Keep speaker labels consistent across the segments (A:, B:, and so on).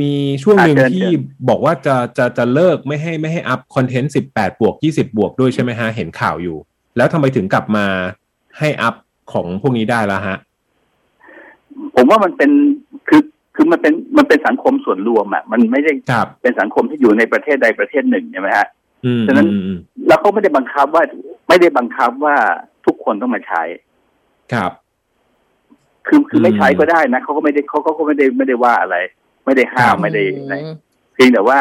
A: มีช่วงหนึ่ง
B: อ่ะเชิญ
A: ที่บอกว่าจะจะจะเลิกไม่ให้ไม่ให้อัพคอนเทนต์สิบแปดบวกยี่สิบบวกด้วยใช่ไหมฮะ เห็นข่าวอยู่ แล้วทำไมถึงกลับมาให้อัพของพวกนี้ได้ละฮะ
B: ผมว่ามันเป็นคือคือมันเป็นมันเป็นสังคมส่วนรวมอ่ะมันไม่ได้
A: ครับ
B: เป็นสังคมที่อยู่ในประเทศใดประเทศหนึ่งใช่ไหมฮะ
A: อืม
B: ฉะนั้น
A: อืมอืม
B: แล้วก็ไม่ได้บังคับว่าไม่ได้บังคับว่าทุกคนต้องมาใช้
A: ครับ
B: คือคือไม่ใช้
A: อืม
B: ก็ได้นะเขาก็ไม่ได้เขาก็ไม่ได้ไม่ได้ว่าอะไร ไม่ได้ห้ามไม่ได้อะไรเพียงแต่ว่า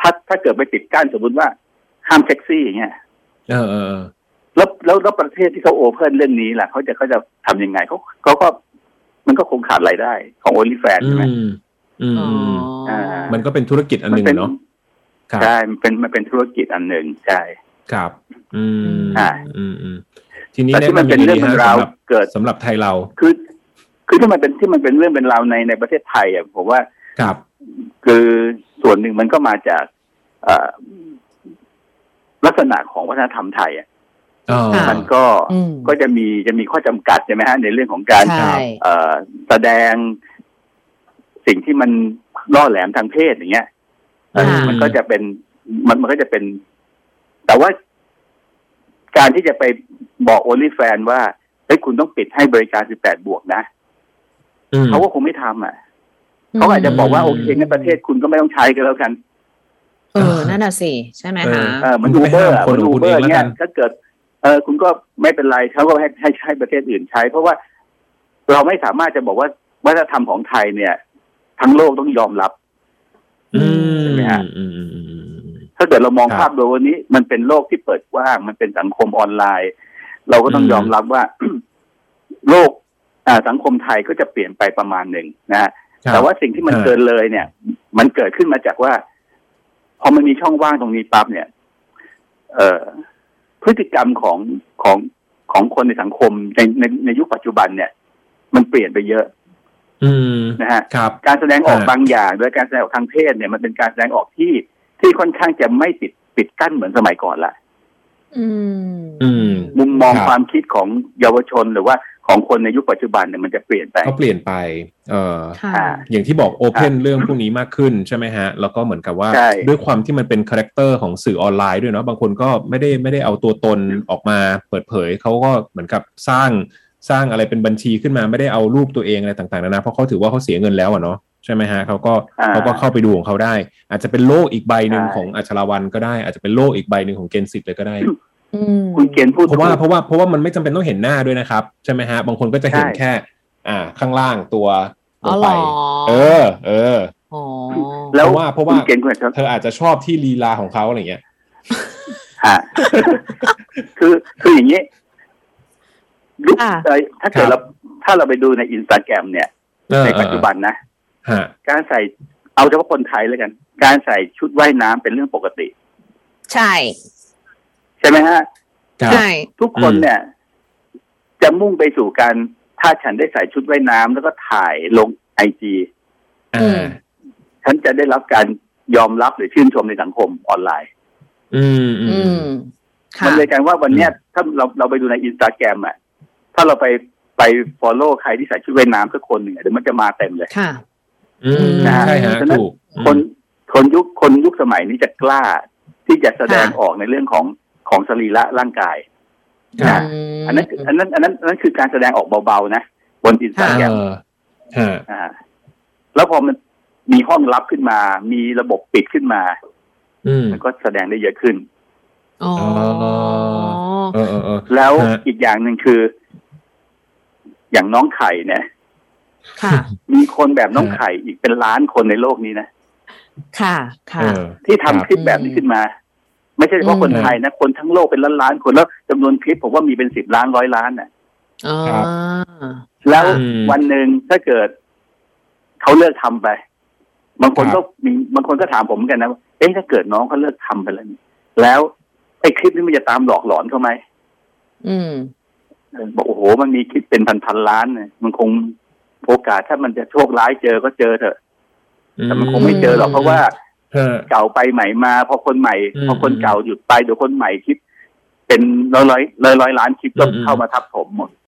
B: ถ้าถ้าเกิดไปติดกั้นสมมติว่าห้ามแท็กซี่อย่างเงี้ย
A: เออเออเออ
B: แล้วแล้วแล้วประเทศที่เขาโอเพ่นเรื่องนี้ล่ะเขาจะเขาจะทำยังไงเขาเขาก็มันก็คงขาดรายได้ของโอลิแฟน
A: อื
B: ใช่ไหม
A: มอืม
C: อ๋อ
A: อืม
C: อ่า
A: มันก็เป็นธุรกิจอันหนึ่ง
B: เป็
A: อะเนาะครับ
B: ใช่มันเป็นมันเป็นธุรกิจอันหนึ่งใช่
A: ครับ อืม
B: อ่า
A: อืมอืมทีนี้
B: แต่ที่มันเป็นเรื่องเป็นราวเกิด
A: สำหรับไทยเรา
B: คือ คือที่มันเป็นที่มันเป็นเรื่องเป็นราวในในประเทศไทยอ่ะผมว่า
A: ครับ
B: คือส่วนหนึ่งมันก็มาจากเอ่อลักษณะของวัฒนธรรมไทยอ่ะ
A: เออ
C: ค่ะ
B: มันก็
C: อืม
B: ก็จะมีจะมีข้อจำกัดใช่ไหมฮะในเรื่องของการ
C: ใช่
B: เอ่อแสดงสิ่งที่มันล่อแหลมทางเพศอย่างเงี้ย
C: อ่ามั
B: มันก็จะเป็นมันมันก็จะเป็น แต่ว่าการที่จะไปบอกโอลิแฟนว่าเฮ้ยคุณต้องปิดให้บริการ 18 บวกนะ
A: อืม
B: เขาก็คงไม่ทำอ่ะเขาอาจจะบอกว่าโอเคงั้นประเทศคุณก็ไม่ต้องใช้กันแล้วกัน
C: เออ นั่นน่ะสิ ใช่ไหม
A: เอ
C: คะ
A: อ
B: เออมัน
A: คุ
B: อู
A: ณ
B: เบ
A: ไป
B: อ
A: ห้าม
B: ร์
A: คน
B: มั
A: ขอ
B: น
A: ง
B: อู
A: คุณ
B: เบอ
A: เอง
B: ร์
A: แล้วกั
B: เนี่ย
A: น
B: ถ้าเกิด เออคุณก็ไม่เป็นไรเขาก็ให้ให้ให้ประเทศอื่นใช้ เพราะว่าเราไม่สามารถจะบอกว่าวัฒนธรรมของไทยเนี่ย ทั้งโลกต้องยอมรับ
A: อืม
B: ใช่ไหมฮะ
A: อืมอืมอืมอืมอืม
B: ถ้าเกิดเรามอง
A: ครับ
B: ภาพโดยวันนี้มันเป็นโลกที่เปิดกว้าง มันเป็นสังคมออนไลน์ เราก็ต้อง
A: อืม
B: ยอมรับว่า โลกอ่าสังคมไทยก็จะเปลี่ยนไปประมาณหนึ่งนะฮะ
A: ครับ
B: แต่ว่าสิ่งที่มัน
A: อ่า
B: เกินเลยเนี่ย มันเกิดขึ้นมาจากว่า พอมันมีช่องว่างตรงนี้ปั๊บเนี่ย เอ่อพฤติกรรมของของของคนในสังคมในในในยุคปัจจุบันเนี่ย มันเปลี่ยนไปเยอะ
A: อืม
B: นะฮะ
A: ครับ
B: การแสดงออก
A: อ่า
B: บางอย่างโดยการแสดงออกทางเพศเนี่ยมันเป็นการแสดงออกที่ที่ค่อนข้างจะไม่ปิดปิดกั้นเหมือนสมัยก่อนละ
C: อืม
A: อืม
B: มุมมอง
A: ครับ
B: ความคิดของเยาวชนหรือว่าของคนในยุคปัจจุบันเนี่ยมันจะเปลี่ยนไป
A: ก็เปลี่ยนไป เอ่อ
C: ค่ะ
B: อ่า
A: อย่างที่บอกโอเพนเรื่องพวกนี้มากขึ้นใช่ไหมฮะ แล้วก็เหมือนกับว่า
B: ใช่
A: ด้วยความที่มันเป็นคาแรคเตอร์ของสื่อออนไลน์ด้วยเนาะบางคนก็ไม่ได้ไม่ได้เอาตัวตนออกมาเปิดเผย เขาก็เหมือนกับสร้างสร้างอะไรเป็นบัญชีขึ้นมาไม่ได้เอารูปตัวเองอะไรต่างๆนานาเพราะเขาถือว่าเขาเสียเงินแล้วอะเนาะใช่ไหมฮะเขาก็
B: อ่า
A: เขาก็เข้าไปดูของเขาได้ อาจจะเป็นโลกอีกใบหนึ่ง
B: ใช่
A: ของอัชราวันก็ได้อาจจะเป็นโลกอีกใบหนึ่งของเกนสิตเลยก็ได้
C: อืม
B: คุณเกณฑ์พูด
A: เพราะว่าเพ
B: ถูก
A: ราะว่าเพราะว่ามันไม่จำเป็นต้องเห็นหน้าด้วยนะครับ ใช่ไหมฮะ บางคนก็จะเห็น
B: ใช่
A: แค่ อ่า ข้างล่างตัวล
C: อ๋องเหร
A: ไป
C: อ
A: เออ เออ
C: อ๋อ
B: แล้ว
A: เพราะว่าเพราะว่า
B: คุณเกณฑ์คุณครับ
A: เธออาจจะชอบที่ลีลาของเขาอะไรเงี้ย
B: ฮะ คือคืออย่างนี้ยุค
C: อ่า
B: เอ่อถ้าเกิด
A: ครั
B: เรา
A: บ
B: ถ้าเราไปดูในอินสตาแกรมเนี่ย
A: เออ
B: ในปัจจุบันนะ
A: ฮะ
B: การใส่เอาเฉพาะคนไทยแล้วกัน การใส่ชุดว่ายน้ำเป็นเรื่องปกติ
C: ใช่
B: ใช่ไหมฮะ
A: ครับ
C: ใช่
B: ทุกคน
A: อืม
B: เนี่ย จะมุ่งไปสู่การถ้าฉันได้ใส่ชุดว่ายน้ำแล้วก็ถ่ายลงไอจี
A: อ่า
B: ฉันจะได้รับการยอมรับหรือชื่นชมในสังคมออนไลน์
A: อืมอื
C: อื
A: ม
C: ม ค่ะ
B: มันเลยกลายว่าวันเนี้ยถ้าเราเราไปดูในอินสตาแกรมอ่ะถ้าเราไปไปฟอลโล่ใครที่ใส่ชุดว่ายน้ำสักคนหนึ่งอะเดี๋ยวมันจะมาเต็มเลย
C: ค่ะ
A: อืม
C: นะฮะ
A: ใช่ฮะ
B: ฉะนั้น
A: ถูกอืม
B: คนคนยุคคนยุคสมัยนี้จะกล้าที่จะแสดง
C: ค่ะ
B: ออกในเรื่องของของสรีระร่างกาย
A: ครับ
C: ม
B: อันนั้นอันนั้นอันนั้นอันนั้นคือการแสดงออกเบาๆนะบนอินสตาแกรม
A: เออฮะ
B: อ่าแล้วพอมันมีห้องลับขึ้นมา มีระบบปิดขึ้นมา
A: อืม
B: มันก็แสดงได้เยอะขึ้น
C: อ๋อ
A: เออเออเออ
B: แล้ว
A: ฮะ
B: อีกอย่างหนึ่งคือ อย่างน้องไข่เนี่ย
C: ค่ะ
B: มีคนแบบน้องไข่อีกเป็นล้านคนในโลกนี้นะ
C: ค่ะ
A: เอ
C: ค่ะ
A: อ
B: ที่
A: ค
B: ทำ
A: รับ
B: คลิปแบบนี้ขึ้นมา ไม่ใช่เฉพาะคน
A: อืม
B: ไทยนะ คนทั้งโลกเป็นล้านล้านๆคนแล้วจำนวนคลิปผมว่ามีเป็นสิบล้านร้อยล้านน่ะ
C: อ๋อ
A: ครับ
B: แล้ว
A: อืม
B: วันหนึ่งถ้าเกิดเขาเลิกทำไป บางคน
A: ครับ
B: ก็มีบางคนก็ถามผมเหมือนกันนะว่าเอ๊ะถ้าเกิดน้องเขาเลิกทำไปแล้วเนี่ยแล้วไอ้คลิปนี้มันจะตามหลอกหลอนเขาไหม
C: อืม
B: เออบอกโอ้โห มันมีคลิปเป็นพันพันๆล้านเนี่ยมันคงโอกาสถ้ามันจะโชคร้ายเจอก็เจอเถอะแต่มันคงไม่เจอหรอกเพราะว่า
A: เออ
B: เก่าไปใหม่มาพอคนใหม่
A: อืม
B: พอคนเก่าหยุดไปเดี๋ยวคนใหม่คลิป เป็นร้อยร้อยร้อยร้อยๆล้านคลิปก็
A: อืม
B: เข้ามาทับถมหมด